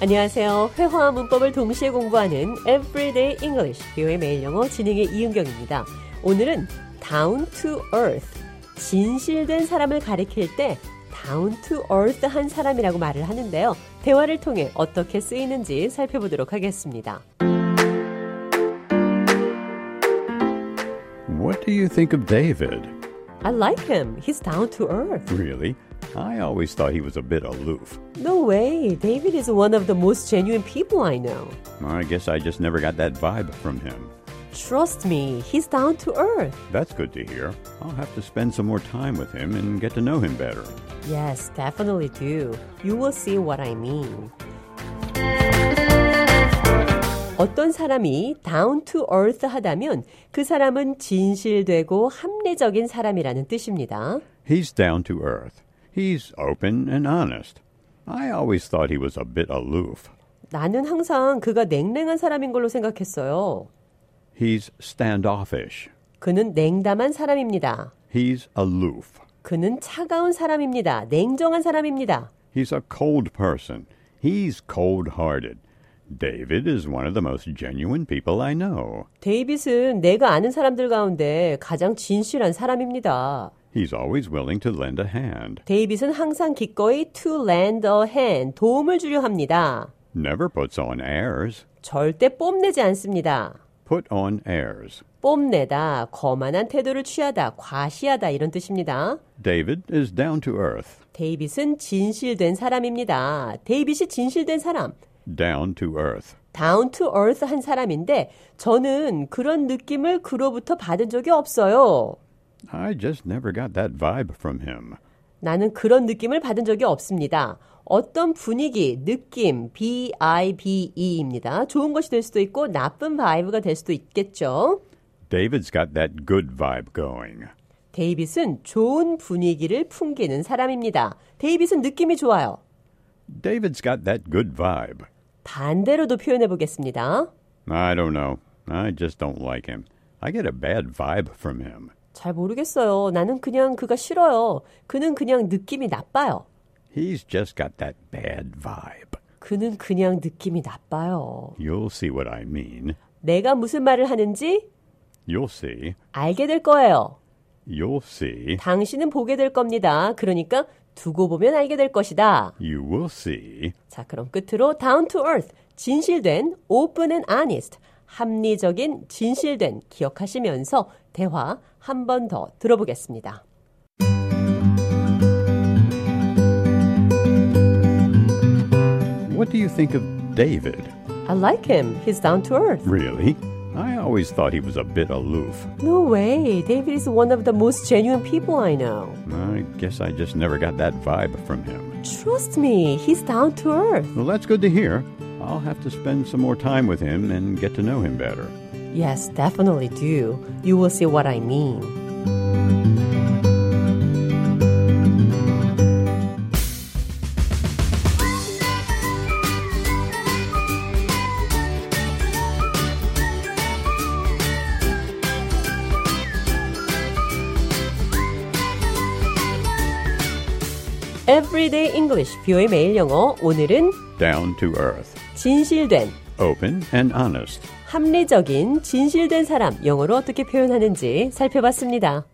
안녕하세요. 회화와 문법을 동시에 공부하는 Everyday English, 뷰의 매일 영어 진행의 이은경입니다. 오늘은 down to earth, 진실된 사람을 가리킬 때 down to earth 한 사람이라고 말을 하는데요. 대화를 통해 어떻게 쓰이는지 살펴보도록 하겠습니다. What do you think of David? I like him. He's down to earth. Really? I always thought he was a bit aloof. No way. David is one of the most genuine people I know. I guess I just never got that vibe from him. Trust me, he's down to earth. That's good to hear. I'll have to spend some more time with him and get to know him better. Yes, definitely do. You will see what I mean. 어떤 사람이 down to earth 하다면 그 사람은 진실되고 합리적인 사람이라는 뜻입니다. He's down to earth. He's open and honest. I always thought he was a bit aloof. 나는 항상 그가 냉랭한 사람인 걸로 생각했어요. He's standoffish. 그는 냉담한 사람입니다. He's aloof. 그는 차가운 사람입니다. 냉정한 사람입니다. He's a cold person. He's cold hearted. David is one of the most genuine people I know. 데이빗은 내가 아는 사람들 가운데 가장 진실한 사람입니다. He's always willing to lend a hand. 데이빗은 항상 기꺼이 to lend a hand, 도움을 주려 합니다. Never puts on airs. 절대 뽐내지 않습니다. Put on airs. 뽐내다, 거만한 태도를 취하다, 과시하다 이런 뜻입니다. David is down to earth. 데이빗은 진실된 사람입니다. 데이빗이 진실된 사람, Down to earth. down to earth 한 사람인데 저는 그런 느낌을 그로부터 받은 적이 없어요. I just never got that vibe from him. 나는 그런 느낌을 받은 적이 없습니다. 어떤 분위기, 느낌, B-I-B-E입니다. 좋은 것이 될 수도 있고 나쁜 바이브가 될 수도 있겠죠. David's got that good vibe going. 데이빗은 좋은 분위기를 풍기는 사람입니다. 데이빗은 느낌이 좋아요. David's got that good vibe. 반대로도 표현해 보겠습니다. I don't know. I just don't like him. I get a bad vibe from him. 잘 모르겠어요. 나는 그냥 그가 싫어요. 그는 그냥 느낌이 나빠요. He's just got that bad vibe. 그는 그냥 느낌이 나빠요. You'll see what I mean. 내가 무슨 말을 하는지 You'll see. 알게 될 거예요. You'll see. 당신은 보게 될 겁니다. 그러니까 두고 보면 알게 될 것이다. You will see. 자, 그럼 끝으로 down to earth, 진실된, open and honest, 합리적인, 진실된 기억하시면서 대화 한 번 더 들어보겠습니다. What do you think of David? I like him. He's down to earth. Really? I always thought he was a bit aloof. No way. David is one of the most genuine people I know. I guess I just never got that vibe from him. Trust me, he's down to earth. Well, that's good to hear. I'll have to spend some more time with him and get to know him better. Yes, definitely do. You will see what I mean. Everyday English, 뷰의 매일 영어. 오늘은 Down to earth, 진실된, open and honest. 합리적인, 진실된 사람, 영어로 어떻게 표현하는지 살펴봤습니다.